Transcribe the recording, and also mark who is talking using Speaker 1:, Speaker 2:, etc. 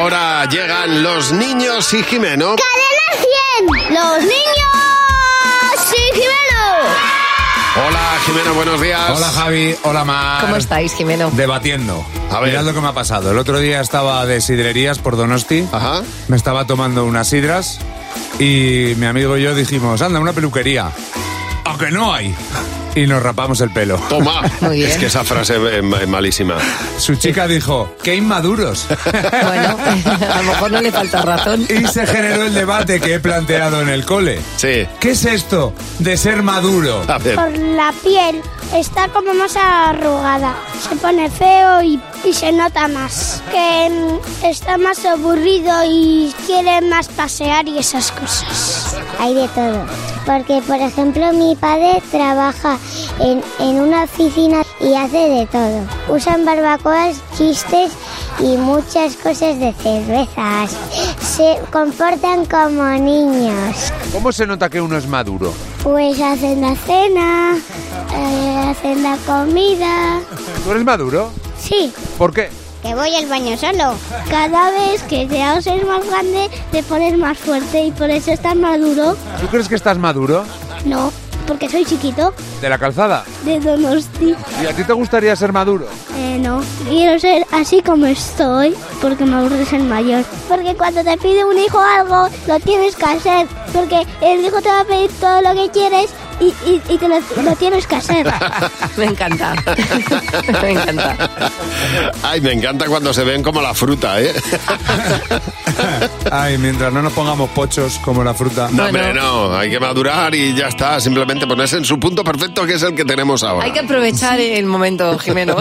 Speaker 1: Ahora llegan los niños y Jimeno.
Speaker 2: ¡Cadena 100! ¡Los niños! ¡Sí, Jimeno!
Speaker 1: Hola Jimeno, buenos días.
Speaker 3: Hola Javi, hola Mar.
Speaker 4: ¿Cómo estáis, Jimeno?
Speaker 3: Debatiendo.
Speaker 1: A ver.
Speaker 3: Mirad lo que me ha pasado. El otro día estaba de sidrerías por Donosti.
Speaker 1: Ajá.
Speaker 3: Me estaba tomando unas sidras y mi amigo y yo dijimos, anda, una peluquería. Aunque no hay. Y nos rapamos el pelo.
Speaker 1: Toma.
Speaker 4: Muy bien.
Speaker 1: Es que esa frase es ma- es malísima.
Speaker 3: Su chica dijo, qué inmaduros.
Speaker 4: Bueno, a lo mejor no le falta razón.
Speaker 3: Y se generó el debate que he planteado en el cole.
Speaker 1: Sí.
Speaker 3: ¿Qué es esto de ser maduro?
Speaker 1: A ver.
Speaker 5: Por la piel está como más arrugada, se pone feo y, y se nota más. Que mm, está más aburrido y quiere más pasear y esas cosas.
Speaker 2: Hay de todo. Porque, por ejemplo, mi padre trabaja en, en una oficina y hace de todo. Usan barbacoas, chistes y muchas cosas de cervezas. Se comportan como niños.
Speaker 6: ¿Cómo se nota que uno es maduro?
Speaker 2: Pues hacen la cena,
Speaker 5: eh,
Speaker 2: hacen la comida.
Speaker 6: ¿Tú eres maduro?
Speaker 2: Sí,
Speaker 6: ¿Por qué?
Speaker 2: que voy al baño solo.
Speaker 5: Cada vez que te haces más grande, te pones más fuerte y por eso estás maduro.
Speaker 6: ¿Tú crees que estás maduro?
Speaker 5: No, porque soy chiquito
Speaker 6: ¿De la calzada?
Speaker 5: de Donosti.
Speaker 6: ¿Y a ti te gustaría ser maduro?
Speaker 5: Eh, no, quiero ser así como estoy porque me aburre ser mayor. Porque cuando te pide un hijo algo, lo tienes que hacer. Porque el hijo te va a pedir todo lo que quieres y, y- y te lo, lo tienes que hacer.
Speaker 4: Me encanta. Me encanta.
Speaker 1: Ay, me encanta cuando se ven como la fruta, ¿eh?
Speaker 3: Ay, mientras no nos pongamos pochos como la fruta.
Speaker 1: No, hombre, no. Hay que madurar y ya está. Simplemente ponerse en su punto perfecto, que es el que tenemos ahora.
Speaker 4: Hay que aprovechar el momento, Jimeno.